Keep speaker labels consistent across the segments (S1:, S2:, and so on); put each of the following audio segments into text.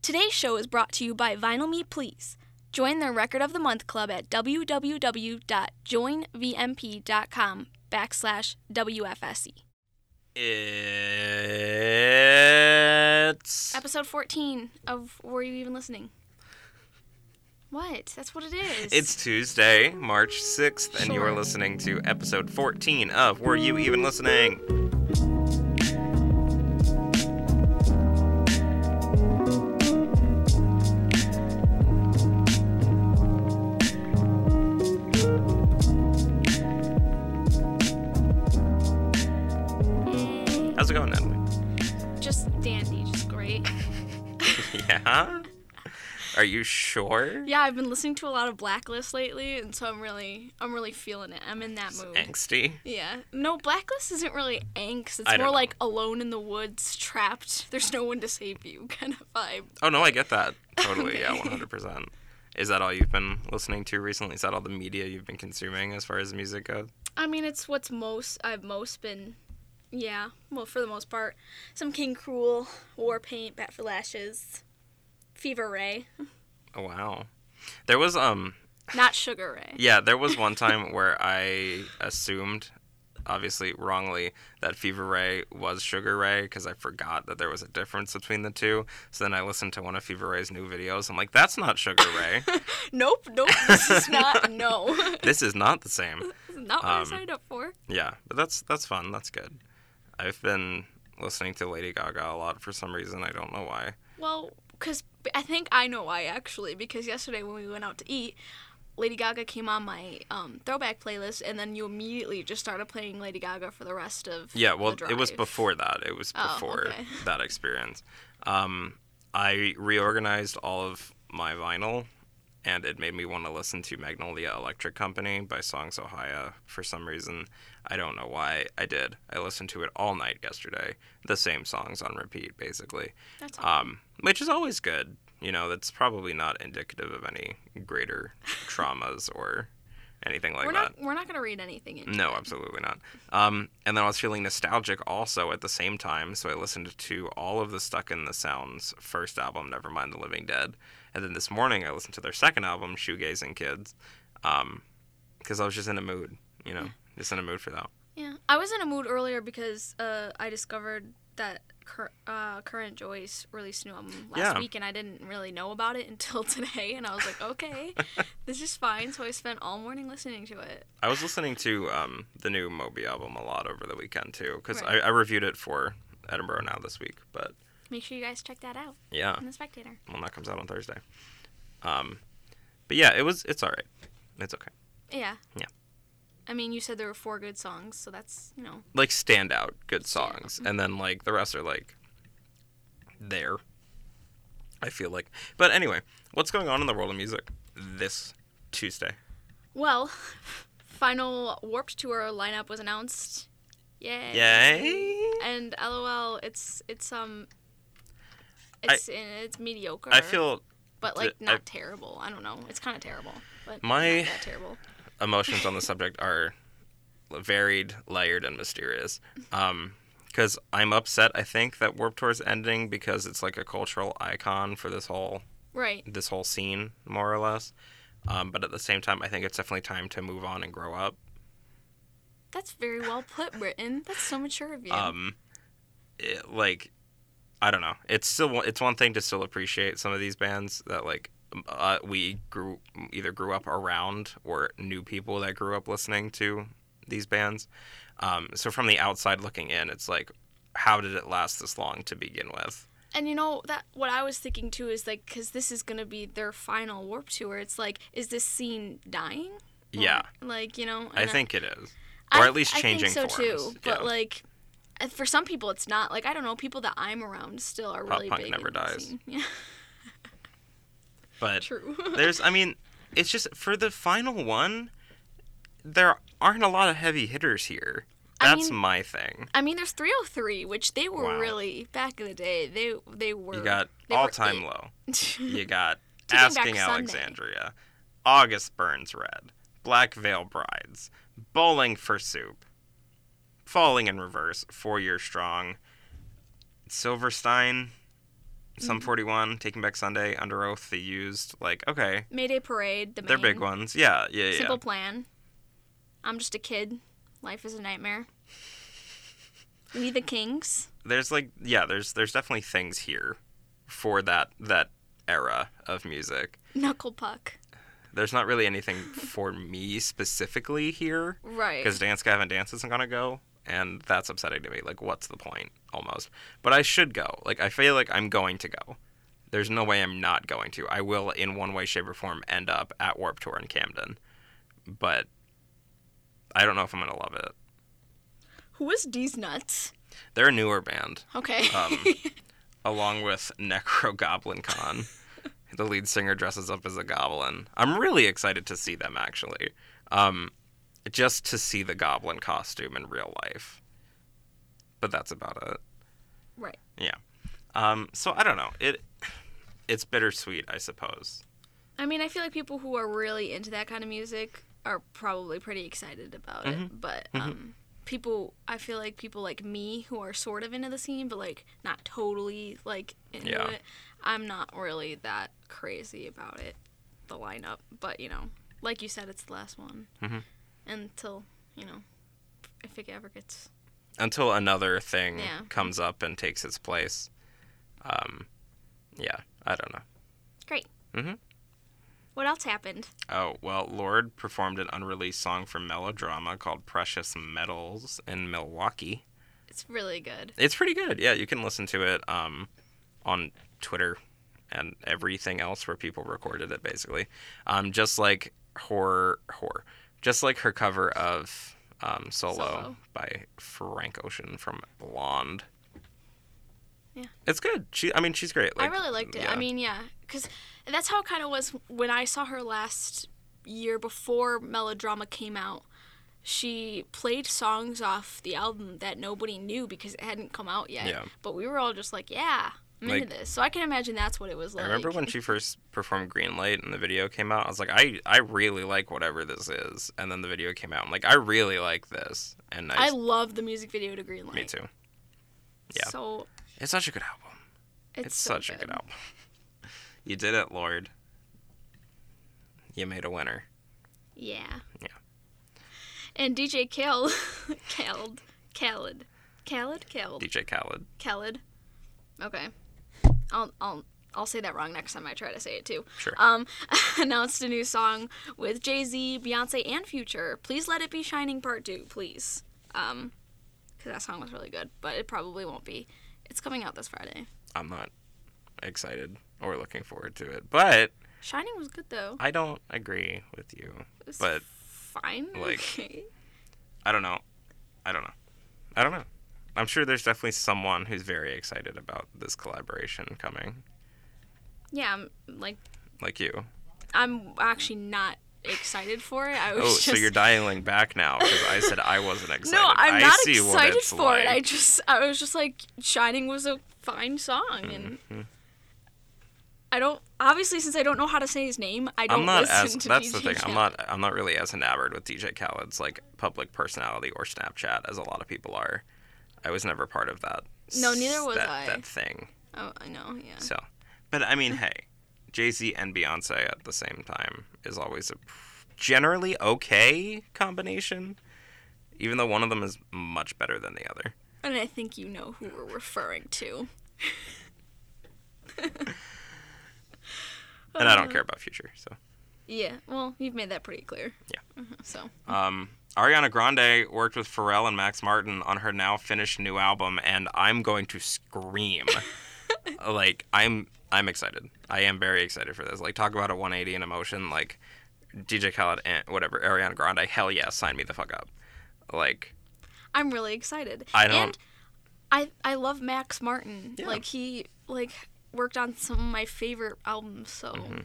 S1: Today's show is brought to you by Vinyl Me Please. Join their Record of the Month Club at www.joinvmp.com backslash WFSE.
S2: It's
S1: Episode 14 of Were You Even Listening? What? That's what it is.
S2: it's Tuesday, March 6th, and you are listening to episode 14 of Were You Even Listening? How's it going, Natalie?
S1: just dandy, just great.
S2: Yeah? Are you sure?
S1: Yeah, I've been listening to a lot of Blacklist lately, and so I'm really, I'm really feeling it. I'm in that mood.
S2: Angsty?
S1: Yeah. No, Blacklist isn't really angst. It's
S2: I don't
S1: more
S2: know.
S1: like alone in the woods, trapped. There's no one to save you kind of vibe.
S2: Oh, no, I get that. Totally, yeah,
S1: Okay.
S2: 100%. Is that all you've been listening to recently? Is that all the media you've been consuming as far as music goes?
S1: I mean, it's what's most I've most been. Yeah. Well, for the most part, some King Cruel, War Paint, Bat for Lashes, Fever Ray,
S2: Oh, wow. There was, um,
S1: not Sugar Ray.
S2: Yeah, there was one time where I assumed, obviously wrongly, that Fever Ray was Sugar Ray because I forgot that there was a difference between the two. So then I listened to one of Fever Ray's new videos. I'm like, that's not Sugar Ray.
S1: Nope. Nope. This is not. no.
S2: this is not the same.
S1: This is not what I
S2: Um,
S1: signed up for.
S2: Yeah, but that's that's fun. That's good. I've been listening to Lady Gaga a lot for some reason. I don't know why.
S1: Well, because I think I know why actually. Because yesterday when we went out to eat, Lady Gaga came on my um, throwback playlist, and then you immediately just started playing Lady Gaga for the rest of.
S2: Yeah, well,
S1: the
S2: it was
S1: drive.
S2: before that. It was
S1: Oh,
S2: before
S1: okay.
S2: that experience. Um, I reorganized all of my vinyl, and it made me want to listen to Magnolia Electric Company by Songs Ohio for some reason. I don't know why I did. I listened to it all night yesterday, the same songs on repeat, basically,
S1: That's all.
S2: um, which is always good. You know, that's probably not indicative of any greater traumas or anything like
S1: we're
S2: that.
S1: not. We're not gonna read anything. Into
S2: No, absolutely not. Um, and then I was feeling nostalgic also at the same time, so I listened to all of the Stuck in the Sounds first album, Nevermind the Living Dead. And then this morning I listened to their second album, Shoegazing Kids, because I was just in a mood, you know,
S1: Hmm.
S2: just in a mood for that.
S1: Yeah, I was in a mood earlier because uh, I discovered that Cur- uh, Current Joyce released a new album last
S2: Yeah.
S1: week, and I didn't really know about it until today. And I was like, okay, this is fine. So I spent all morning listening to it.
S2: I was listening to um, the new Moby album a lot over the weekend too, because
S1: Right.
S2: I, I reviewed it for Edinburgh Now this week. But
S1: Make sure you guys check that out
S2: yeah,
S1: on the Spectator.
S2: well, that comes out on Thursday. Um, but yeah, it was. It's all right. It's okay.
S1: Yeah.
S2: Yeah.
S1: I mean, you said there were four good songs, so that's you know.
S2: like standout good songs, and then like the rest are like there. I feel like, but anyway, what's going on in the world of music this Tuesday?
S1: Well, final Warped Tour lineup was announced. Yay!
S2: Yay!
S1: And LOL, it's it's um.
S2: I-
S1: It's it's mediocre.
S2: I feel
S1: but
S2: Th-
S1: like not
S2: I-
S1: terrible. I don't know. It's kind of terrible, but
S2: My-
S1: not that terrible.
S2: emotions on the subject are varied, layered, and mysterious. Um, because I'm upset, I think that Warp Tour's ending because it's like a cultural icon for this whole
S1: Right.
S2: this whole scene, more or less. Um, but at the same time, I think it's definitely time to move on and grow up.
S1: That's very well put, Britain. That's so mature of you.
S2: um it- like i don't know it's still one- it's one thing to still appreciate some of these bands that like um, uh, we grew either grew up around or knew people that grew up listening to these bands um, so from the outside looking in it's like how did it last this long to begin with
S1: and you know that what I was thinking too is like because this is gonna be their final warp tour. It's like, is this scene dying? Or,
S2: yeah
S1: Like you know.
S2: i
S1: and
S2: think it is or
S1: I-
S2: at least changing
S1: I think so
S2: forms,
S1: too. But
S2: yeah.
S1: like. uh, For some people, it's not like I don't know. People that I'm around still are
S2: Pop
S1: really
S2: punk
S1: big.
S2: never
S1: in the
S2: dies.
S1: scene. Yeah,
S2: but
S1: true.
S2: there's i mean it's just for the final one there aren't a lot of heavy hitters here
S1: I
S2: that's
S1: mean-
S2: my thing
S1: I mean, there's 303, which they were
S2: Wow.
S1: really back in the day. They they were.
S2: You got
S1: they were
S2: all
S1: it.
S2: time low. You got
S1: Taking Back
S2: Asking
S1: Sunday.
S2: Alexandria, August Burns Red, Black Veil Brides, Bowling for Soup, Falling in Reverse, Four Year Strong, Silverstein, Some
S1: Mm-hmm.
S2: 41, Taking Back Sunday, Under Oath, they used, like, okay,
S1: Mayday Parade, the
S2: they're
S1: main,
S2: big ones. Yeah, yeah, yeah.
S1: Simple Plan. I'm just a kid. Life is a nightmare. we the Kings.
S2: There's like, yeah, there's there's definitely things here for that that era of music.
S1: Knuckle Puck.
S2: There's not really anything for me specifically here
S1: Right.
S2: because Dance Gavin Dance isn't gonna go, and that's upsetting to me. Like, what's the point? Almost, but I should go. Like, I feel like I'm going to go. There's no way I'm not going to. I will, in one way, shape, or form, end up at Warp Tour in Camden, but I don't know if I'm gonna love it.
S1: Who is D's Nuts?
S2: They're a newer band,
S1: Okay.
S2: um, along with Necro Goblin Con. The lead singer dresses up as a goblin. I'm really excited to see them actually. Um, just to see the goblin costume in real life. But that's about it.
S1: right.
S2: Um, so I don't know. It it's bittersweet, I suppose.
S1: I mean, I feel like people who are really into that kind of music are probably pretty excited about it. But
S2: Mhm.
S1: um, people, I feel like people like me who are sort of into the scene, but like not totally like into
S2: Yeah.
S1: it. I'm not really that crazy about it, the lineup. But you know, like you said, it's the last one
S2: Mhm.
S1: until you know, if it ever gets
S2: Until another thing
S1: Yeah.
S2: comes up and takes its place. Um, yeah, I don't know.
S1: great.
S2: Mhm.
S1: What else happened?
S2: Oh, well, Lord performed an unreleased song from Melodrama called Precious Metals in Milwaukee.
S1: It's really good.
S2: It's pretty good. Yeah, you can listen to it um, on Twitter and everything else where people recorded it, basically. Um, just like horror, horror. Just like her cover of um, Solo,
S1: Solo.
S2: by Frank Ocean from Blonde.
S1: Yeah.
S2: It's good. She, I mean, she's great.
S1: I really liked it.
S2: yeah.
S1: I mean, yeah, because that's how it kind of was when I saw her last year before Melodrama came out. She played songs off the album that nobody knew because it hadn't come out yet.
S2: Yeah.
S1: But we were all just like, yeah, I'm
S2: Like-
S1: into this. So I can imagine that's what it was like.
S2: I remember when she first performed Green Light and the video came out. I was like, I, I really like whatever this is. And then the video came out. I'm like, I really like this. And
S1: I
S2: I,
S1: love the music video to Greenlight.
S2: me too. yeah.
S1: So
S2: It's such a good album.
S1: it's,
S2: It's,
S1: so
S2: such a good album. you did it, Lord. You made a winner.
S1: Yeah.
S2: Yeah.
S1: And DJ Khaled, Khaled, Khaled, Khaled, Khaled.
S2: DJ Khaled.
S1: Khaled. Okay. I'll I'll I'll say that wrong next time I try to say it too.
S2: Sure.
S1: Um, announced a new song with Jay Z, Beyonce, and Future. Please let it be Shining Part Two, please. Um, because that song was really good, but it probably won't be. It's coming out this Friday.
S2: I'm not excited or looking forward to it, but
S1: Shining was good though.
S2: I don't agree with you.
S1: It was
S2: But,
S1: fine.
S2: like-
S1: okay.
S2: I don't know. I don't know. I don't know. I'm sure there's definitely someone who's very excited about this collaboration coming,
S1: yeah, I'm, like
S2: like you.
S1: I'm actually not excited for it. I was
S2: Oh,
S1: just
S2: so you're dialing back now because I said I wasn't excited.
S1: No, I'm
S2: I
S1: not
S2: see what
S1: excited
S2: it's
S1: for
S2: like.
S1: it. I just I was just like Shining was a fine song and
S2: Mm-hmm.
S1: I don't obviously since I don't know how to say his name, I don't
S2: I'm not
S1: listen
S2: as
S1: to
S2: that's
S1: DJ
S2: the thing. I'm
S1: Khaled.
S2: not I'm not really as enamored with DJ Khaled's like public personality or Snapchat as a lot of people are. I was never part of that.
S1: No, neither
S2: s-
S1: was
S2: that,
S1: I.
S2: That thing.
S1: Oh, I know, yeah. Mm.
S2: So, but I mean, hey, Jay Z and Beyonce at the same time is always a generally okay combination, even though one of them is much better than the other.
S1: And I think you know who we're referring to.
S2: And I don't
S1: Uh-huh.
S2: care about future. So,
S1: Uh, Yeah. Well, you've made that pretty clear.
S2: Yeah.
S1: Mhm, So,
S2: um, Ariana Grande worked with Pharrell and Max Martin on her now finished new album, and I'm going to scream. like I'm I'm excited. I am very excited for this. Like talk about a 180 in emotion. Like DJ Khaled and whatever Ariana Grande. Hell yeah, sign me the fuck up. Like
S1: I'm really excited.
S2: I don't-
S1: And I I love Max Martin.
S2: Yeah.
S1: Like he like worked on some of my favorite albums, so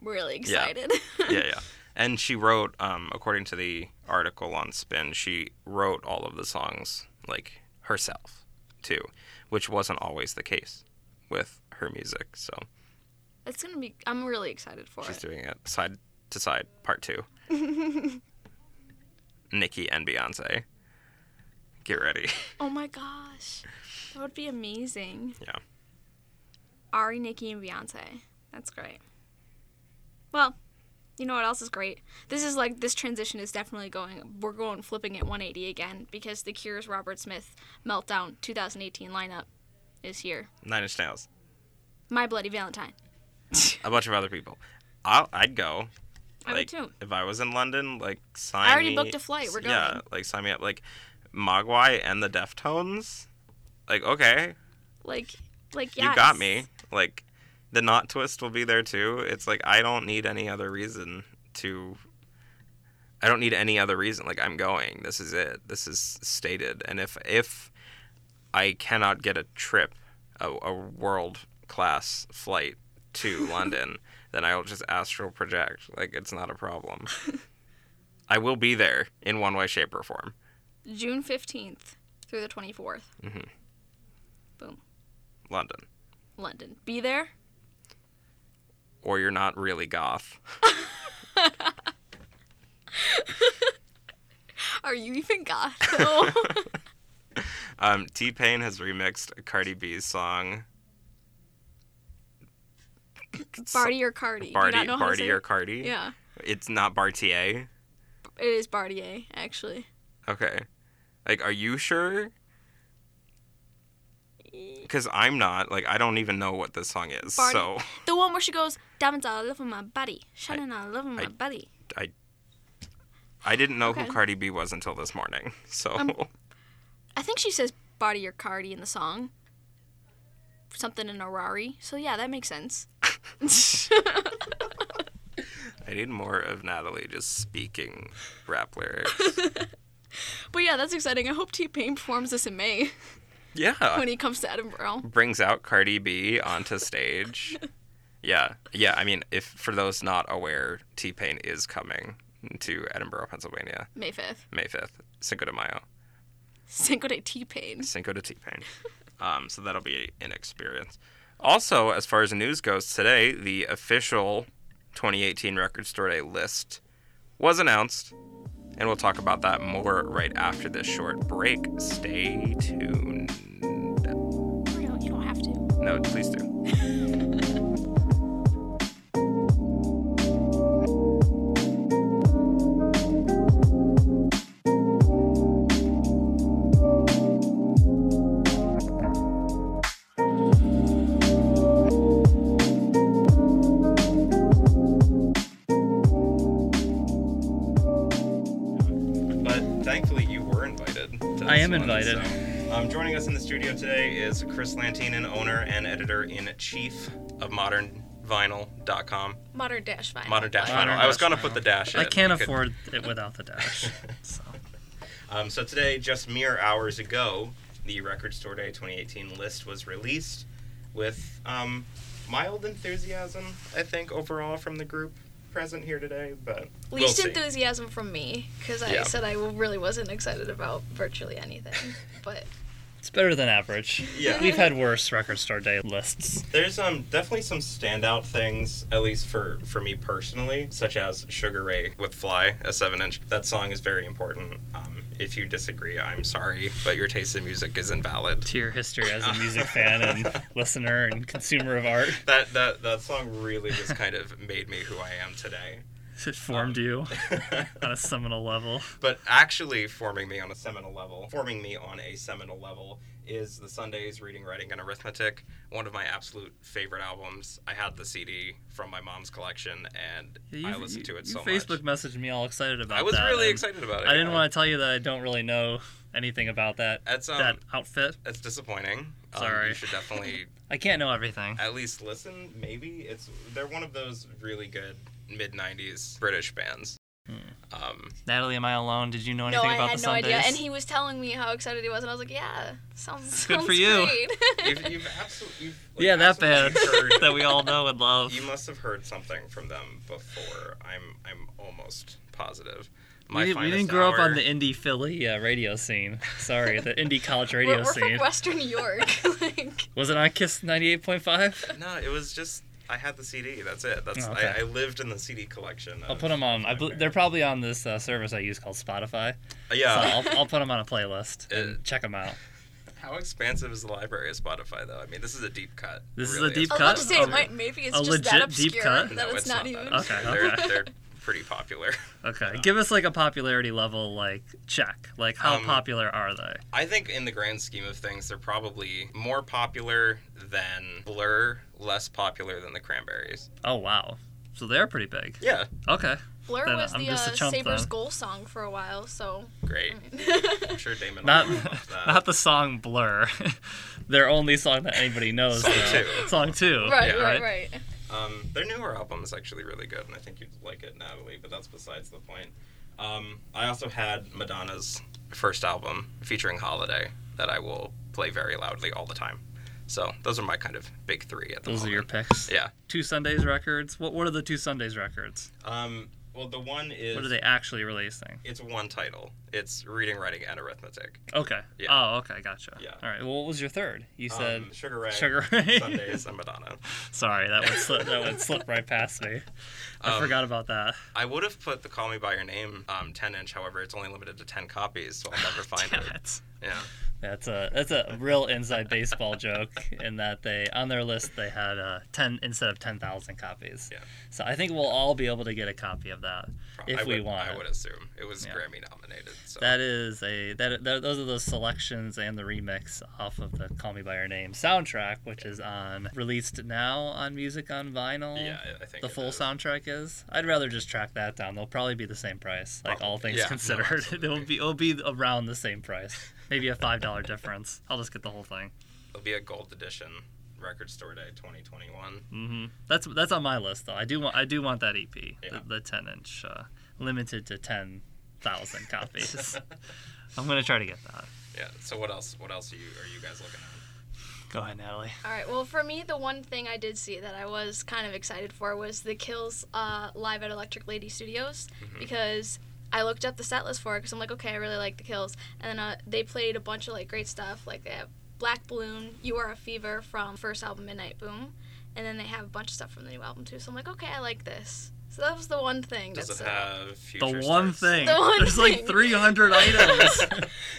S1: really excited.
S2: Mm-hmm. yeah, yeah. And she wrote, um, according to the article on Spin, she wrote all of the songs like herself too, which wasn't always the case with her music. So
S1: It's gonna be. I'm really excited for
S2: she's
S1: it.
S2: doing it side to side, part two. Nicki and Beyonce. Get ready.
S1: Oh my gosh, that would be amazing.
S2: Yeah.
S1: Ari, Nicki, and Beyonce. That's great. Well, you know what else is great? This is like this transition is definitely going. We're going flipping at 180 again because the Cure's Robert Smith meltdown 2018 lineup is here.
S2: Nine Inch Nails,
S1: My Bloody Valentine.
S2: a bunch of other people. I'll, I'd go.
S1: I would
S2: Like,
S1: too.
S2: If I was in London, like sign.
S1: I already
S2: me-
S1: booked a flight. We're
S2: Yeah,
S1: going.
S2: like sign me up. Like Mogwai and the Deftones. Like okay,
S1: Like, like
S2: you
S1: yes.
S2: got me. Like the Knot Twist will be there too. It's like I don't need any other reason to. I don't need any other reason. Like I'm going. This is it. This is stated. And if if I cannot get a trip, a, a world class flight to London, then I'll just astral project. Like it's not a problem. I will be there in one way, shape, or form.
S1: June 15th through the 24th,
S2: London.
S1: London. Be there.
S2: Or you're not really goth.
S1: Are you even goth? though?
S2: Um, T Pain has remixed Cardi B's song.
S1: Barty or Cardi? Do you
S2: Barty,
S1: not know how to say
S2: Barty or
S1: it?
S2: Cardi.
S1: Yeah,
S2: It's not Bartier.
S1: it is Bartier actually.
S2: Okay. Like, are you sure? Because I'm not. Like, I don't even know what this song is.
S1: Barty.
S2: So
S1: The one where she goes, "Diamonds all over my body, shining all over my
S2: I-
S1: body."
S2: I didn't know
S1: Okay.
S2: who Cardi B was until this morning. So
S1: Um, I think she says Barty or Cardi in the song. Something in a Rari. So yeah, that makes sense.
S2: I need more of Natalie just speaking rap lyrics.
S1: But yeah, that's exciting. I hope T Pain performs this in May
S2: yeah.
S1: when he comes to Edinburgh.
S2: brings out Cardi B onto stage. yeah, yeah. I mean, if for those not aware, T Pain is coming to Edinburgh, Pennsylvania,
S1: May 5th.
S2: May fifth, Cinco de Mayo,
S1: Cinco de T Pain.
S2: Cinco de T Pain. Um, so that'll be an experience. Also, as far as news goes, today the official 2018 Record Store Day list was announced, and we'll talk about that more right after this short break. Stay tuned.
S1: You don't- you don't have to.
S2: No, please do. But thankfully, you were invited. To
S3: I
S2: this
S3: am
S2: one,
S3: invited.
S2: so, um, joining us in the studio today is Chris Lantinen, owner and editor in chief of modernvinyl.com.
S1: Modern dash vinyl.
S2: Modern Dash
S3: Modern
S2: Vinyl. I was
S3: Dash
S2: going to put
S3: Vinyl.
S2: the dash in.
S3: I can't
S2: You could-
S3: afford it without the dash. so.
S2: Um, so today, just mere hours ago, the Record Store Day 2018 list was released with um, mild enthusiasm, I think, overall from the group present here today. But we'll
S1: Least
S2: see.
S1: enthusiasm from me because I
S2: Yeah.
S1: said I really wasn't excited about virtually anything. But
S3: It's better than average.
S2: Yeah.
S3: We've had worse record store day lists.
S2: There's um definitely some standout things, at least for for me personally, such as Sugar Ray with Fly, a seven inch. That song is very important. Um, if you disagree, I'm sorry, but your taste in music is invalid.
S3: To your history as a music fan and listener and consumer of art,
S2: That that that song really just kind of made me who I am today.
S3: it formed you on a seminal level.
S2: but actually forming me on a seminal level, forming me on a seminal level is the Sundays Reading, Writing, and Arithmetic, one of my absolute favorite albums. I had the CD from my mom's collection, and I listened to it
S3: you
S2: so
S3: Facebook
S2: much.
S3: messaged me all excited about
S2: I was
S3: that,
S2: really
S3: and
S2: excited about it.
S3: I didn't want to tell you that I don't really know anything about that
S2: That's um,
S3: that outfit.
S2: that's disappointing. Um,
S3: Sorry.
S2: you should definitely
S3: I can't know everything.
S2: at least listen. Maybe it's they're one of those really good mid '90s British bands.
S3: Hmm.
S2: Um,
S3: Natalie, am I alone? Did you know
S1: no,
S3: anything
S1: I
S3: about
S1: had
S3: the
S1: no
S3: Sundays?
S1: idea. And he was telling me how excited he was, and I was like, "Yeah, sounds
S3: Good
S1: sounds
S3: for you.
S1: Great.
S2: you've, you've absolutely you've, like,
S3: yeah, that band
S2: absolutely heard-
S3: that we all know and love.
S2: You must have heard something from them before. I'm I'm almost positive.
S3: we, didn't- we
S2: Finest
S3: didn't grow up on
S2: Hour-
S3: the indie Philly uh, radio scene. Sorry, the indie college radio
S1: we're, we're
S3: scene.
S1: from Western New York. like,
S3: Was it on Kiss 98.5?
S2: No, it was just I had the CD. That's it. That's
S3: Oh, okay.
S2: I, I lived in the CD collection.
S3: I'll
S2: of-
S3: put them on. I bel they're probably on this uh, service I use called Spotify. So
S2: Yeah.
S3: I'll, I'll put them on a playlist and
S2: Uh,
S3: check them out.
S2: How expansive is the library of Spotify, though? I mean, this is a deep cut.
S3: This is a
S2: really.
S3: deep
S1: I was
S3: cut?
S1: about to say
S3: Oh,
S1: it might, maybe it's
S3: a
S1: just that
S3: legit deep
S1: obscure
S3: cut?
S1: Oh, that
S2: No,
S1: it's, not,
S2: that
S1: even.
S2: obscure.
S3: Okay, okay.
S2: They're, they're pretty popular.
S3: Okay, give us like a popularity level like check. Like how
S2: Um,
S3: popular are they?
S2: I think, in the grand scheme of things, they're probably more popular than Blur, less popular than the Cranberries.
S3: Oh wow, so they're pretty big.
S2: Yeah,
S3: Okay,
S1: Blur
S3: Then
S1: was
S3: I'm
S1: the uh,
S3: just a chump
S1: Sabres
S3: then.
S1: goal song for a while, so
S2: great. I'm sure Damon
S3: not
S2: will love that.
S3: not the song Blur, their only song that anybody knows.
S2: Song
S3: though.
S2: two.
S3: Song two.
S1: right,
S2: Yeah.
S1: right, right.
S2: Um, their newer album is actually really good, and I think you'd like it, Natalie. But that's besides the point. Um, I also had Madonna's first album featuring "Holiday" that I will play very loudly all the time. So those are my kind of big three at the
S3: Those are your
S2: moment.
S3: picks.
S2: yeah.
S3: Two Sundays records. What what are the two Sundays records?
S2: Um, well, the one is
S3: What are they actually releasing?
S2: it's one title. It's reading, writing, and arithmetic.
S3: Okay.
S2: Yeah.
S3: Oh, okay, gotcha.
S2: Yeah.
S3: All right. Well, what was your third? You said
S2: um, Sugar Ray,
S3: Sugar Ray.
S2: Sundays, and Madonna.
S3: Sorry, that would slip, that would slip right past me. I
S2: Um,
S3: forgot about that.
S2: I would have put the "Call Me by Your Name" um, ten inch. However, it's only limited to ten copies, so I'll never find
S3: Damn
S2: it.
S3: it.
S2: Yeah.
S3: That's a that's a real inside baseball joke in that they on their list they had uh, ten instead of ten thousand copies.
S2: Yeah.
S3: So I think we'll all be able to get a copy of that if
S2: I
S3: we
S2: would,
S3: want.
S2: I would assume it was
S3: Yeah.
S2: Grammy nominated. So.
S3: That is a that, that those are those selections and the remix off of the "Call Me by Your Name" soundtrack, which is on released now on music on vinyl.
S2: Yeah, I- I think
S3: the
S2: it
S3: full
S2: is.
S3: soundtrack is. I'd rather just track that down. They'll probably be the same price, like all
S2: Probably.
S3: things
S2: Oh, Yeah, no,
S3: considered. it'll
S2: absolutely.
S3: be it'll be around the same price, maybe a five dollar difference. I'll just get the whole thing.
S2: It'll be a gold edition record store day 2021.
S3: hmm That's that's on my list though. I do want I do want that EP,
S2: Yeah.
S3: the, the ten inch, uh, limited to ten thousand copies. I'm gonna try to get that.
S2: Yeah. So what else? What else are you are you guys looking at?
S3: Go ahead, Natalie.
S1: All right. Well, for me, the one thing I did see that I was kind of excited for was the Kills uh, live at Electric Lady Studios
S2: Mm-hmm.
S1: because I looked up the set list for it because I'm like, okay, I really like the Kills, and then uh, they played a bunch of like great stuff, like they have Black Balloon, You Are a Fever from first album Midnight Boom, and then they have a bunch of stuff from the new album too. So I'm like, okay, I like this. So that was the one thing.
S2: Does
S1: that's
S2: it
S1: uh,
S2: have future?
S3: the one
S2: stars?
S3: thing.
S1: The one
S3: There's like
S1: thing.
S3: 300 items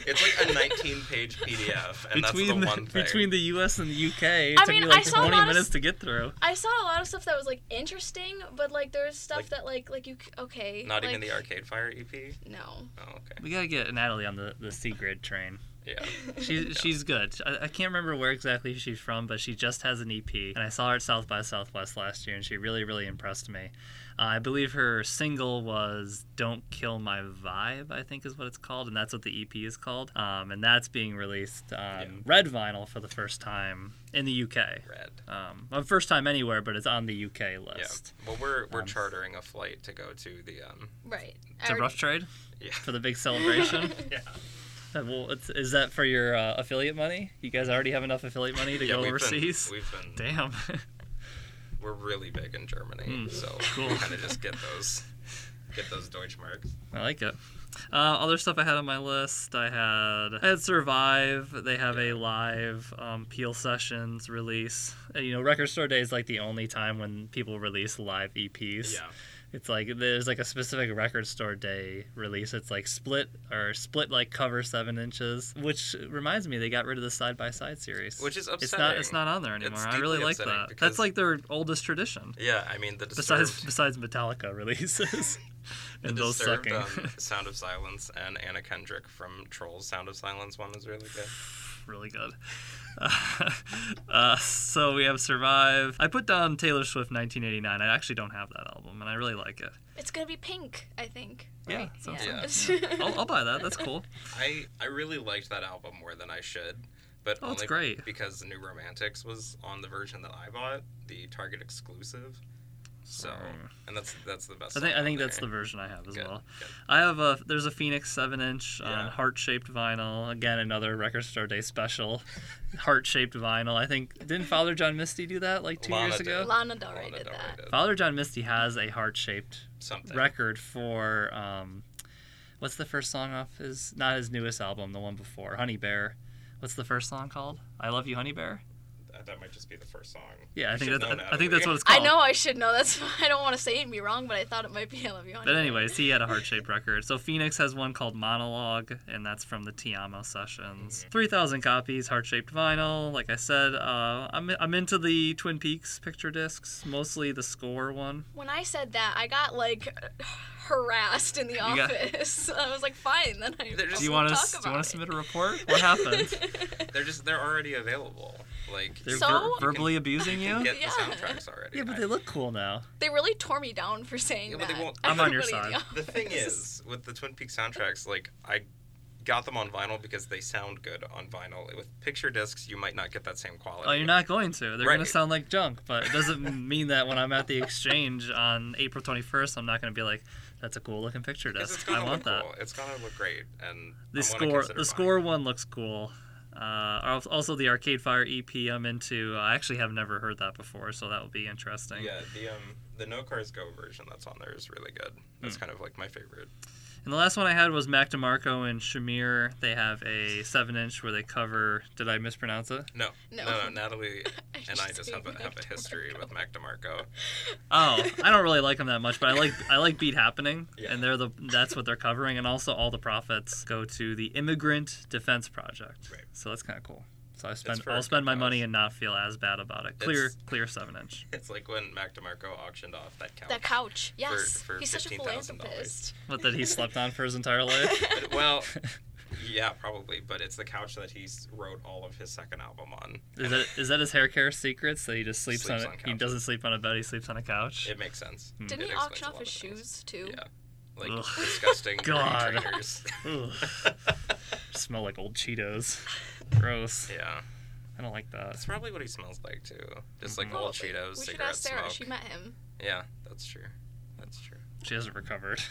S2: It's like a 19 page PDF, and
S3: between
S2: that's the
S3: the,
S2: one thing.
S3: between the U.S. and the U.K. It
S1: I
S3: took
S1: mean,
S3: me
S1: I
S3: like
S1: saw a
S3: 20
S1: lot of
S3: minutes
S1: s-
S3: to get through.
S1: I saw a lot of stuff that was like interesting, but like there was stuff
S2: Like-
S1: that like like you c- okay.
S2: Not even the
S1: like,
S2: Arcade Fire EP.
S1: No.
S2: Oh, okay.
S3: We gotta get Natalie on the the Sea Grid train.
S2: Yeah.
S3: She's she's good. I, I can't remember where exactly she's from, but she just has an EP, and I saw her at South by Southwest last year, and she really really impressed me. Uh, I believe her single was "Don't Kill My Vibe," I think is what it's called, and that's what the EP is called. Um, and that's being released on
S2: Yeah.
S3: red vinyl for the first time in the UK.
S2: Red.
S3: Um, well, first time anywhere, but it's on the UK
S2: Yeah.
S3: list.
S2: Well, we're we're
S3: Um,
S2: chartering a flight to go to the um.
S1: Right.
S3: It's
S1: I
S3: a
S1: already-
S3: rough trade
S2: Yeah.
S3: for the big celebration.
S2: Yeah.
S3: Uh, well, it's, is that for your uh, affiliate money? You guys already have enough affiliate money to
S2: yeah,
S3: go
S2: we've
S3: overseas?
S2: Been, we've been.
S3: Damn.
S2: We're really big in Germany,
S3: Mm.
S2: so
S3: Cool.
S2: we kind of just get those get those Deutschmarks.
S3: I like it. Uh, other stuff I had on my list, I had I had Survive. They have a live um, Peel Sessions release. Uh, you know, Record Store Day is like the only time when people release live E EPs.
S2: Yeah.
S3: It's like there's like a specific record store day release. It's like split or split like cover seven inches, which reminds me they got rid of the side by side series.
S2: Which is
S3: It's not it's
S2: upsetting.
S3: not on there
S2: It's
S3: anymore. I really
S2: deeply
S3: like
S2: upsetting
S3: that. That's
S2: because-
S3: like their oldest tradition.
S2: Yeah, I mean the disturbed,
S3: Besides besides Metallica releases
S2: the
S3: and those
S2: disturbed
S3: sucking.
S2: um, Sound of Silence and Anna Kendrick from Trolls Sound of Silence one is really good.
S3: really good. Uh, uh, so we have Survive. I put down Taylor Swift 1989. I actually don't have that album, and I really like it.
S1: It's gonna be pink, I think.
S3: Yeah,
S1: Right?
S3: sounds
S2: like
S3: I'll, I'll buy that. That's cool.
S2: I I really liked that album more than I should, but
S3: Oh, it's
S2: only
S3: great.
S2: because New Romantics was on the version that I bought, the Target exclusive. So,
S3: Mm.
S2: and that's that's the best.
S3: I think
S2: song
S3: I think
S2: on
S3: that's the
S2: there.
S3: version I have as
S2: Good,
S3: well.
S2: good.
S3: I have a there's a Phoenix seven inch on
S2: Yeah.
S3: heart shaped vinyl. Again, another record store day special. heart shaped vinyl. I think didn't Father John Misty do that like two
S2: Lana
S3: years
S2: did.
S3: ago?
S1: Lana Del Rey
S2: Lana
S1: did
S2: Del Rey
S1: that.
S2: did
S3: Father John Misty has a heart shaped
S2: something.
S3: record for um, what's the first song off his not his newest album, the one before Honey Bear. What's the first song called? I love you, Honey Bear.
S2: that, that might just be the first song.
S3: Yeah, I
S2: You
S3: think
S2: should
S3: that's
S2: know
S3: I-
S2: now,
S3: I, think
S2: Louis.
S3: that's what it's
S1: I
S3: called.
S1: know I should know. That's I don't want to say it and be wrong, but I thought it might be I Love You.
S3: But
S1: Anyway.
S3: anyways, he had a heart shaped record. So Phoenix has one called Monologue, and that's from the Tiamo sessions. Three thousand copies, heart shaped vinyl. Like I said, uh, I'm I'm into the Twin Peaks picture discs, mostly the score one.
S1: When I said that, I got like harassed in the
S3: got-
S1: office. I was like, fine, then I.
S2: They're just-
S1: just
S3: Do you
S1: want
S3: want to do you want to submit a report? What happened?
S2: They're just they're already available. Like
S3: They're
S1: So?
S3: ver- verbally abusing you.
S2: get
S1: Yeah.
S2: the soundtracks already.
S3: Yeah, but
S2: I-
S3: they look cool now.
S1: They really tore me down for saying
S2: Yeah, but
S1: that.
S2: they won't-
S3: I'm on your
S1: Everybody in
S3: side.
S2: the thing
S1: office.
S2: is with the Twin Peaks soundtracks, like I got them on vinyl because they sound good on vinyl. With picture discs, you might not get that same quality.
S3: Oh, you're not going to. They're going
S2: Right.
S3: to sound like junk, but it doesn't mean that when I'm at the exchange on April 21st, I'm not going to be like, "That's a cool looking picture
S2: Because it's
S3: disc.
S2: gonna
S3: I want
S2: look
S3: that."
S2: cool. It's gonna look great, and I
S3: The
S2: wanna
S3: score,
S2: consider
S3: the
S2: buying
S3: score one looks cool. Uh, al- also, the Arcade Fire EP I'm into. uh, I actually have never heard that before, so that will be
S2: it.
S3: interesting.
S2: Yeah, the um the No Cars Go version that's on there is really good. That's
S3: Hmm.
S2: kind of like my favorite.
S3: And the last one I had was Mac DeMarco and Shamir. They have a seven-inch where they cover. Did I mispronounce it?
S2: No,
S1: No.
S2: no, Natalie and I
S1: just
S2: just
S1: hate
S2: have a,
S1: Mac
S2: have a history with Mac DeMarco.
S3: Oh, I don't really like them that much, but I like I like Beat Happening,
S2: Yeah.
S3: and they're the that's what they're covering, and also all the profits go to the Immigrant Defense Project.
S2: Right.
S3: So that's kind of cool. So I spend
S2: for a
S3: I'll spend
S2: good
S3: my
S2: cause.
S3: money and not feel as bad about it. Clear
S2: It's-
S3: clear seven inch.
S2: It's like when Mac DeMarco auctioned off that couch.
S1: That couch. Yes.
S2: for
S1: He's such a
S2: $15,000.
S1: philanthropist.
S3: What that he slept on for his entire life.
S2: But- well, yeah, probably, but it's the couch that he s- wrote all of his second album on.
S3: Is that is that his hair care secrets that he just sleeps,
S2: Sleeps
S3: on?
S2: on
S3: a he
S2: couches.
S3: doesn't sleep on a bed. He sleeps on a couch.
S2: It makes sense.
S1: Didn't
S2: It
S1: he
S2: explains
S1: auction
S2: a
S1: off
S2: lot
S1: his
S2: of things.
S1: shoes too?
S2: Yeah. Like
S3: Ugh.
S2: disgusting
S3: God.
S2: God. trainers.
S3: Ugh. Smell like old Cheetos. Gross.
S2: yeah.
S3: I don't like that.
S2: That's probably what he smells like too. Just like old
S1: Probably.
S2: Cheetos,
S1: We should
S2: cigarette
S1: ask Sarah.
S2: smoke.
S1: She met him.
S2: Yeah, that's true. That's true.
S3: She hasn't recovered.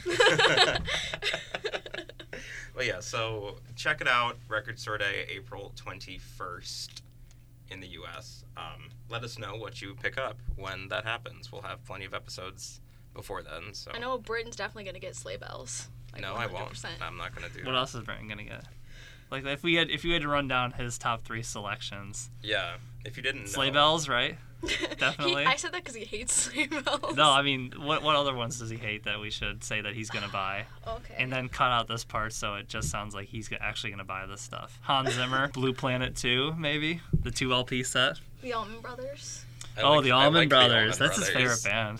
S2: Well, yeah, so check it out. Record Store Day, April 21st in the U.S. Um, let us know what you pick up when that happens. We'll have plenty of episodes before then. So
S1: I know Britain's definitely gonna get sleigh bells. Like 100%.
S2: no, I won't. I'm not gonna do.
S3: What
S2: that.
S3: else is Brandon gonna get? Like if we had if you had to run down his top three selections,
S2: Yeah, if you didn't know,
S3: sleigh bells, right?
S1: He,
S3: Definitely.
S1: I said that because he hates sleigh bells.
S3: No, I mean, what what other ones does he hate that we should say that he's gonna buy,
S1: Okay.
S3: and then cut out this part so it just sounds like he's go- actually gonna buy this stuff. Hans Zimmer, Blue Planet Two, maybe the two LP set.
S1: the Allman Brothers.
S2: I
S3: oh,
S2: like-
S3: the
S2: I
S3: Allman
S2: like the
S3: Brothers.
S2: Allman
S3: That's his
S2: Brothers.
S3: favorite band.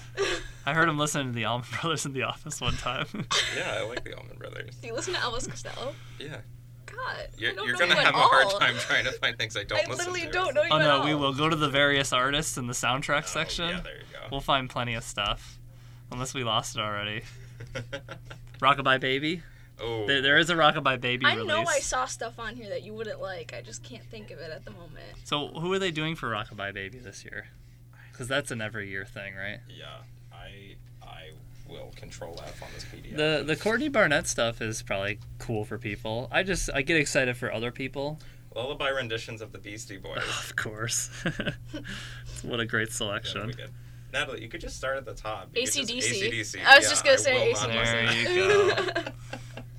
S3: I heard him listening to the Allman Brothers in the office one time.
S2: Yeah, I like the Allman Brothers.
S1: Do you listen to Elvis Costello?
S2: Yeah,
S1: God,
S2: you're,
S1: I don't
S2: you're
S1: know
S2: gonna
S1: you at
S2: have a
S1: all.
S2: hard time trying to find things I don't.
S1: I
S2: listen
S1: literally
S2: to.
S1: don't know you
S3: oh
S1: at
S3: no,
S1: all.
S3: we will go to the various artists in the soundtrack
S2: Oh,
S3: section.
S2: Yeah, there you go.
S3: We'll find plenty of stuff, unless we lost it already. Rockabye Baby.
S2: oh,
S3: There, there is a Rockabye Baby
S1: I
S3: release.
S1: know I saw stuff on here that you wouldn't like. I just can't think of it at the moment.
S3: So who are they doing for Rockabye Baby this year? Because that's an every year thing, right?
S2: yeah, I I will control F on this PDF.
S3: The the Courtney Barnett stuff is probably cool for people. I just I get excited for other people.
S2: Lullaby renditions of the Beastie Boys.
S3: Of course. what a great
S2: Yeah, that'd
S3: selection.
S2: be good. Natalie, you could just start at the top. You could just-
S1: AC/DC.
S2: AC/DC.
S1: I was just gonna
S2: will
S1: say
S2: not
S1: AC/DC.
S3: There
S2: listen.
S3: you go.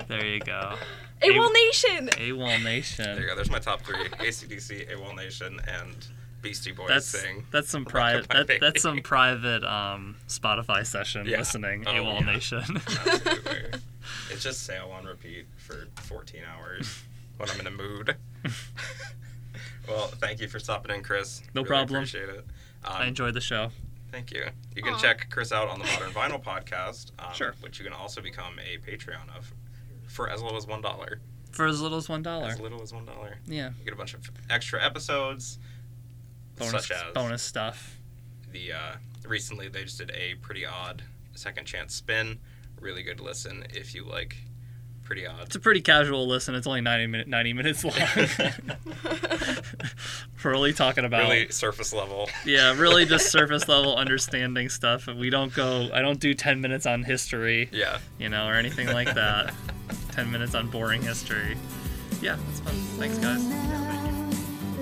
S3: There you go.
S1: A Wall Nation.
S3: AWOL
S2: There you
S3: Nation.
S2: go. There's my top three: ACDC, AWOL Nation, and Beastie Boys
S3: That's
S2: sing.
S3: that's some private
S2: Rockabye
S3: that, that's some
S2: Baby.
S3: private um, Spotify session
S2: Yeah.
S3: listening.
S2: Oh,
S3: AWOL
S2: yeah.
S3: Nation.
S2: Absolutely. it's just sail on repeat for 14 hours when I'm in a mood. well, thank you for stopping in, Chris.
S3: No
S2: Really
S3: problem.
S2: Appreciate it.
S3: I
S2: Um,
S3: enjoyed the show.
S2: Thank you. You can
S1: Aw.
S2: check Chris out on the Modern Vinyl podcast, um,
S3: Sure.
S2: which you can also become a Patreon of for as little as one dollar.
S3: For as little as one dollar.
S2: As little as one dollar.
S3: Yeah.
S2: You get a bunch of extra episodes,
S3: Bonus
S2: such as
S3: bonus stuff.
S2: the uh, recently they just did a pretty odd second chance spin. Really good listen if you like pretty odd.
S3: It's a pretty casual listen. It's only 90, minute, 90 minutes long. We're really talking about
S2: Really surface level.
S3: yeah, really just surface level understanding stuff. We don't go. I don't do ten minutes on history,
S2: Yeah.
S3: you know, or anything like that. ten minutes on boring history. Yeah, it's fun. Thanks, guys.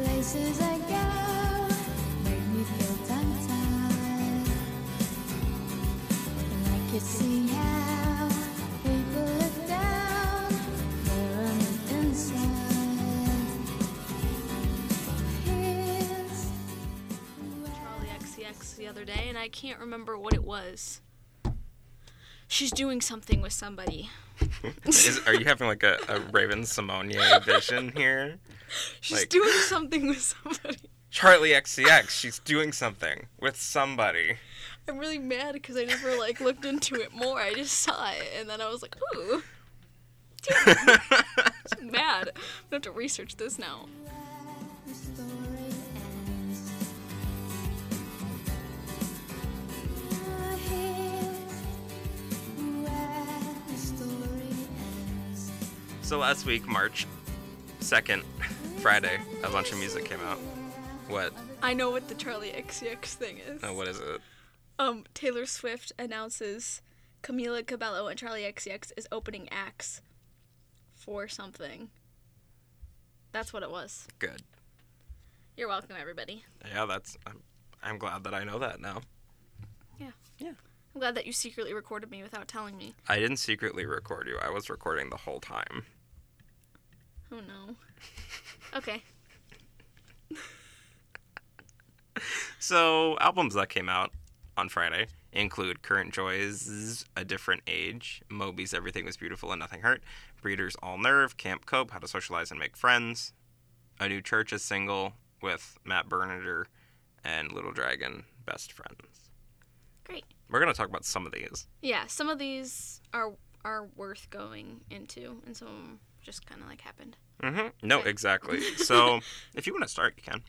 S4: Places I go make me feel tongue-tied. And I could see how people look down there on the inside. Here's
S1: the other day, and I can't remember what it was. She's doing something with somebody.
S2: Is, are you having like a, a Raven Simonier vision here?
S1: She's
S2: Like-
S1: doing something with somebody.
S2: Charlie XCX, she's doing something with somebody.
S1: I'm really mad because I never like looked into it more. I just saw it, and then I was like, ooh, mad. I'm gonna have to research this now.
S4: the story ends. You're here where the story ends.
S2: so last week, March 2nd, Friday, a bunch of music came out. What?
S1: I know what the Charlie XCX thing is.
S2: Oh, what is it?
S1: Um, Taylor Swift announces Camila Cabello and Charlie XCX is opening acts for something. That's what it was.
S2: Good.
S1: You're welcome, everybody.
S2: Yeah, that's. I'm, I'm glad that I know that now.
S1: I'm glad that you secretly recorded me without telling me.
S2: I didn't secretly record you. I was recording the whole time.
S1: Oh no. Okay.
S2: So albums that came out on Friday include Current Joy's A Different Age, Moby's Everything Was Beautiful and Nothing Hurt, Breeders All Nerve, Camp Cope, How to Socialize and Make Friends, A New Church is single with Matt Bernader and Little Dragon Best Friends.
S1: Great.
S2: We're gonna talk about some of these.
S1: Yeah, some of these are are worth going into, and some of 'em just kind of like happened.
S2: Mm-hmm. No,
S1: Okay.
S2: exactly. So if you want to start, you can.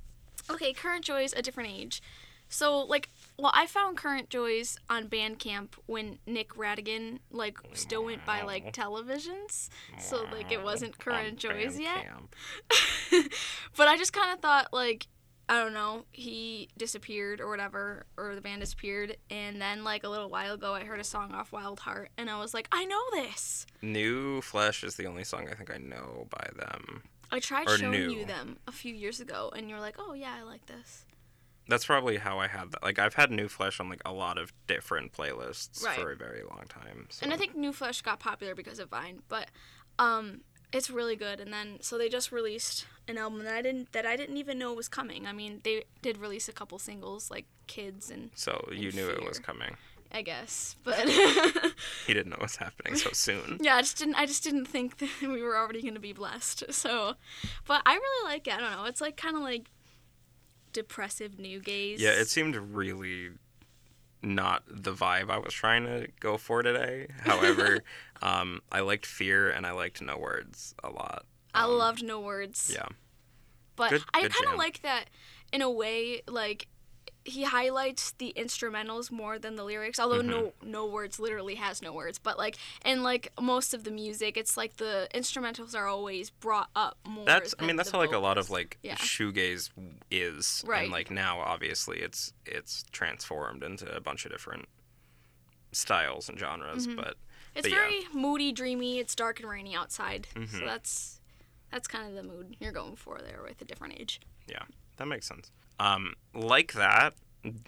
S1: Okay, current joys a different age. So like, well, I found current joys on Bandcamp when Nick Radigan like still went by like televisions, so like it wasn't
S2: On
S1: current joys yet.
S2: Bandcamp.
S1: But I just kind of thought like. I don't know. He disappeared or whatever, or the band disappeared. And then, like, a little while ago, I heard a song off Wild Heart, and I was like, I know this.
S2: New Flesh is the only song I think I know by them.
S1: I tried
S2: Or
S1: showing
S2: new.
S1: you them a few years ago, and you were like, "Oh yeah, I like this."
S2: That's probably how I had that. Like I've had New Flesh on like a lot of different playlists
S1: Right.
S2: for a very long time. So.
S1: And I think New Flesh got popular because of Vine, but um, it's really good. And then so they just released an album that I didn't that I didn't even know was coming. I mean, they did release a couple singles like Kids and
S2: so you knew it was
S1: Fear.
S2: coming.
S1: I guess, but
S2: He didn't know it was happening so soon.
S1: yeah, I just didn't I just didn't think that we were already gonna be blessed. So, but I really like it. I don't know. It's like kind of like depressive new gaze.
S2: yeah, it seemed really not the vibe I was trying to go for today. However, um, I liked Fear and I liked No Words a lot.
S1: I
S2: Um,
S1: loved No Words.
S2: Yeah.
S1: But
S2: Good-
S1: I
S2: good
S1: kind
S2: jam.
S1: of like that in a way. Like he highlights the instrumentals more than the lyrics, although
S2: Mm-hmm.
S1: no no words literally has no words. But like and like most of the music, it's like the instrumentals are always brought up more.
S2: That's I
S1: than
S2: mean that's
S1: the
S2: how like a lot of
S1: vocals.
S2: like
S1: Yeah.
S2: shoegaze is
S1: Right.
S2: and like now obviously it's it's transformed into a bunch of different styles and genres
S1: Mm-hmm.
S2: but
S1: It's
S2: but yeah.
S1: very moody, dreamy. It's dark and rainy outside,
S2: Mhm.
S1: so that's that's kind of the mood you're going for there with a different age.
S2: Yeah, that makes sense. Um, like that,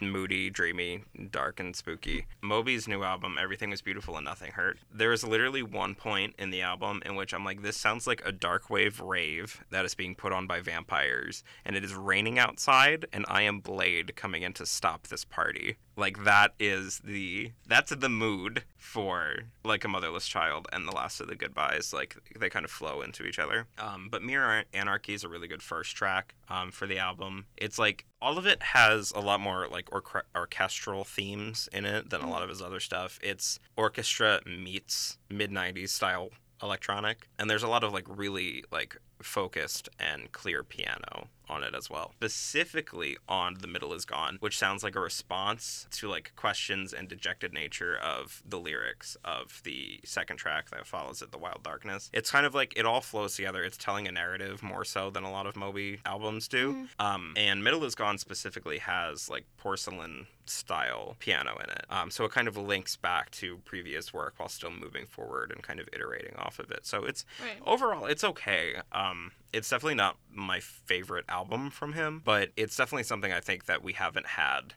S2: moody, dreamy, dark, and spooky. Moby's new album, Everything Was Beautiful and Nothing Hurt. There is literally one point in the album in which I'm like, this sounds like a dark wave rave that is being put on by vampires, and it is raining outside, and I am Blade coming in to stop this party. Like that is the that's the mood for like a motherless child and the last of the goodbyes. Like they kind of flow into each other. Um, but Mirror Anarchy is a really good first track um, for the album. It's like all of it has a lot more like orchre- orchestral themes in it than a lot of his other stuff. It's orchestra meets mid '90s style electronic, and there's a lot of like really like focused and clear piano on it as well. Specifically on The Middle Is Gone, which sounds like a response to like questions and dejected nature of the lyrics of the second track that follows it, The Wild Darkness. It's kind of like it all flows together. It's telling a narrative more so than a lot of Moby albums do. Um, and Middle Is Gone specifically has like porcelain style piano in it. Um, so it kind of links back to previous work while still moving forward and kind of iterating off of it. So it's
S1: Right.
S2: overall it's okay um it's definitely not my favorite album from him but it's definitely something i think that we haven't had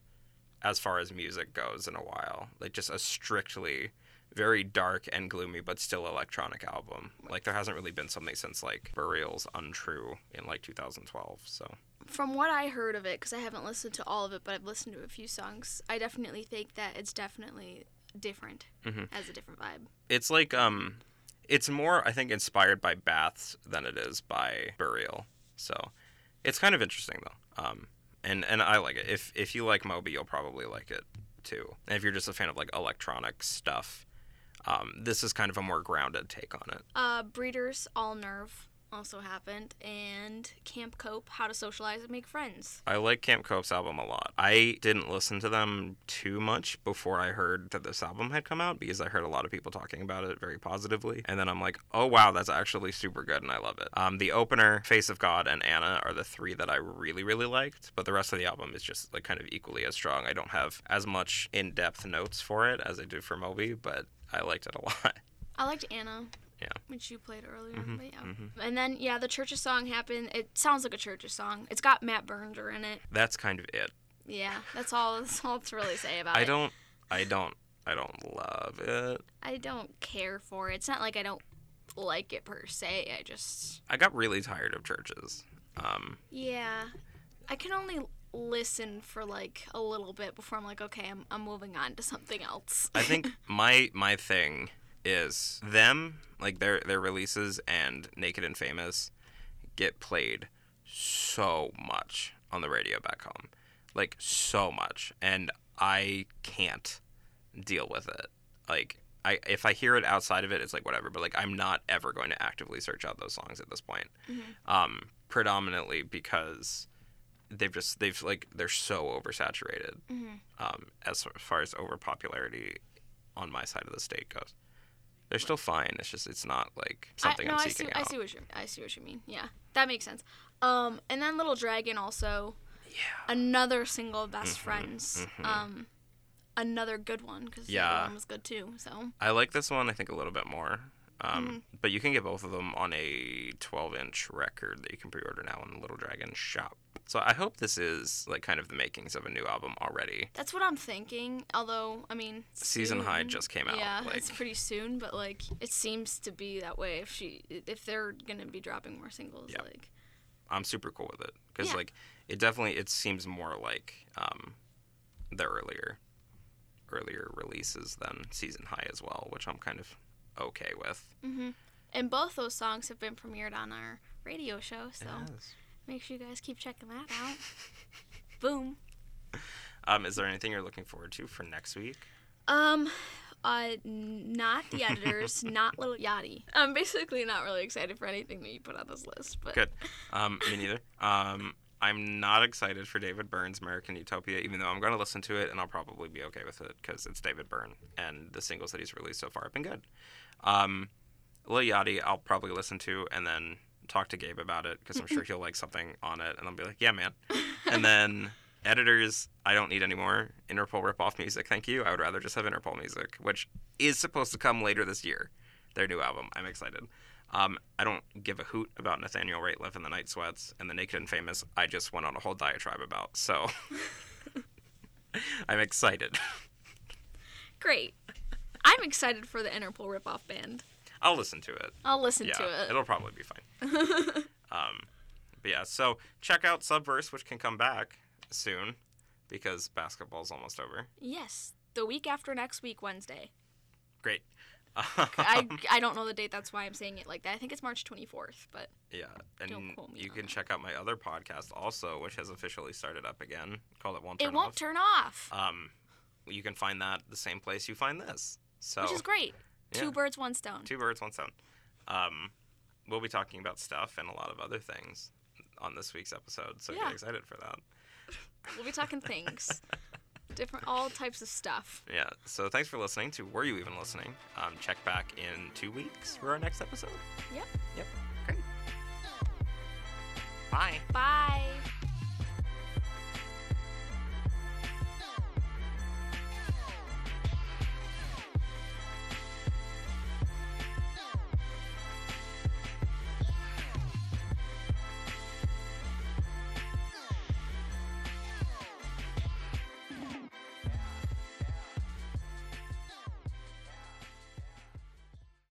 S2: as far as music goes in a while like just a strictly very dark and gloomy, but still electronic album. Like there hasn't really been something since like Burial's Untrue in like 2012. So
S1: From what I heard of it, because I haven't listened to all of it, but I've listened to a few songs, I definitely think that it's definitely different,
S2: Mm-hmm.
S1: has a different vibe.
S2: it's like um, it's more I think inspired by Baths than it is by Burial. So it's kind of interesting though. Um, and and I like it. If if you like Moby, you'll probably like it too. And if you're just a fan of like electronic stuff, um, this is kind of a more grounded take on it.
S1: Uh, Breeders All Nerve also happened, and Camp Cope, How to Socialize and Make Friends.
S2: I like Camp Cope's album a lot. I didn't listen to them too much before I heard that this album had come out because I heard a lot of people talking about it very positively. And then I'm like, oh wow, that's actually super good and I love it. Um, the opener, Face of God, and Anna are the three that I really, really liked. But the rest of the album is just like kind of equally as strong. I don't have as much in depth notes for it as I do for Moby, but I liked it a lot.
S1: I liked Anna.
S2: Yeah. Mm-hmm.
S1: Which you played earlier. but yeah. And then, yeah, the Churches song happened. It sounds like a Churches song. It's got Matt Berninger in it.
S2: That's kind of it.
S1: Yeah, that's all. That's all to really say about
S2: I
S1: it.
S2: don't, I don't, I don't love it.
S1: I don't care for it. It's not like I don't like it per se. I just
S2: I got really tired of churches. Um,
S1: yeah. I can only listen for like a little bit before I'm like, okay, I'm I'm moving on to something else.
S2: I think my my thing is them like their their releases and Naked and Famous get played so much on the radio back home, like so much, and I can't deal with it. Like I if I hear it outside of it, it's like whatever. But like I'm not ever going to actively search out those songs at this point,
S1: Mm-hmm.
S2: um, predominantly because they've just they've like they're so oversaturated
S1: Mm-hmm.
S2: um, as far as over popularity on my side of the state goes. They're still fine. It's just it's not like something
S1: I, no,
S2: I'm
S1: I
S2: seeking
S1: see,
S2: out.
S1: I see what you I see what you mean. Yeah, that makes sense. Um, and then Little Dragon also.
S2: Yeah. Mm-hmm,
S1: Another single, Best Friends. Um, another good one because the
S2: Yeah.
S1: other one was good too. So
S2: I like this one, I think, a little bit more. Um,
S1: Mm-hmm.
S2: But you can get both of them on a 12 inch record that you can pre order now on the Little Dragon shop. So I hope this is like kind of the makings of a new album already.
S1: that's what I'm thinking. Although, I mean,
S2: Season High
S1: soon-
S2: just came out,
S1: Yeah,
S2: like-
S1: it's pretty soon, but like it seems to be that way. If she, if they're gonna be dropping more singles,
S2: Yeah.
S1: like
S2: I'm super cool with it because
S1: Yeah.
S2: like it definitely it seems more like um, the earlier earlier releases than Season High as well, which I'm kind of okay with.
S1: mm-hmm. and both those songs have been premiered on our radio show. So
S2: Yes.
S1: make sure you guys keep checking that out. Boom.
S2: Um, is there anything you're looking forward to for next week?
S1: Um, uh, n- not the editors, not Little Yachty. I'm basically not really excited for anything that you put on this list, but
S2: Good. Um, me neither. Um, I'm not excited for David Byrne's American Utopia, even though I'm going to listen to it and I'll probably be okay with it because it's David Byrne and the singles that he's released so far have been good. Um, Lil Yachty, I'll probably listen to and then talk to Gabe about it because I'm sure he'll like something on it and I'll be like, yeah, man. And then editors, I don't need any more Interpol ripoff music. Thank you. I would rather just have Interpol music, which is supposed to come later this year. Their new album. I'm excited. Um, I don't give a hoot about Nathaniel Rateliff and the Night Sweats and the Naked and Famous. I just went on a whole diatribe about. So I'm excited.
S1: great. I'm excited for the Interpol ripoff band.
S2: I'll listen to it.
S1: I'll listen
S2: yeah,
S1: to it.
S2: will probably be fine. um, but yeah, so check out Subverse, which can come back soon because basketball's almost over.
S1: Yes, the week after next week, Wednesday.
S2: Great.
S1: I, I don't know the date. That's why I'm saying it like that. I think it's March 24th, but
S2: Yeah,
S1: Don't
S2: and
S1: quote me
S2: you
S1: on
S2: can
S1: that.
S2: check out my other podcast also, which has officially started up again. Called it Won't Turn
S1: it won't
S2: Off.
S1: turn off,
S2: um, you can find that the same place you find this. So
S1: which is great.
S2: Oh. yeah.
S1: Two birds, one stone.
S2: two birds, one stone. Um, we'll be talking about stuff and a lot of other things on this week's episode. So
S1: Yeah.
S2: get excited for that.
S1: We'll be talking things, different, all types of stuff.
S2: Yeah. So thanks for listening to Were You Even Listening? Um, check back in two weeks for our next episode.
S1: Yep.
S2: Yep. Great. Bye.
S1: Bye.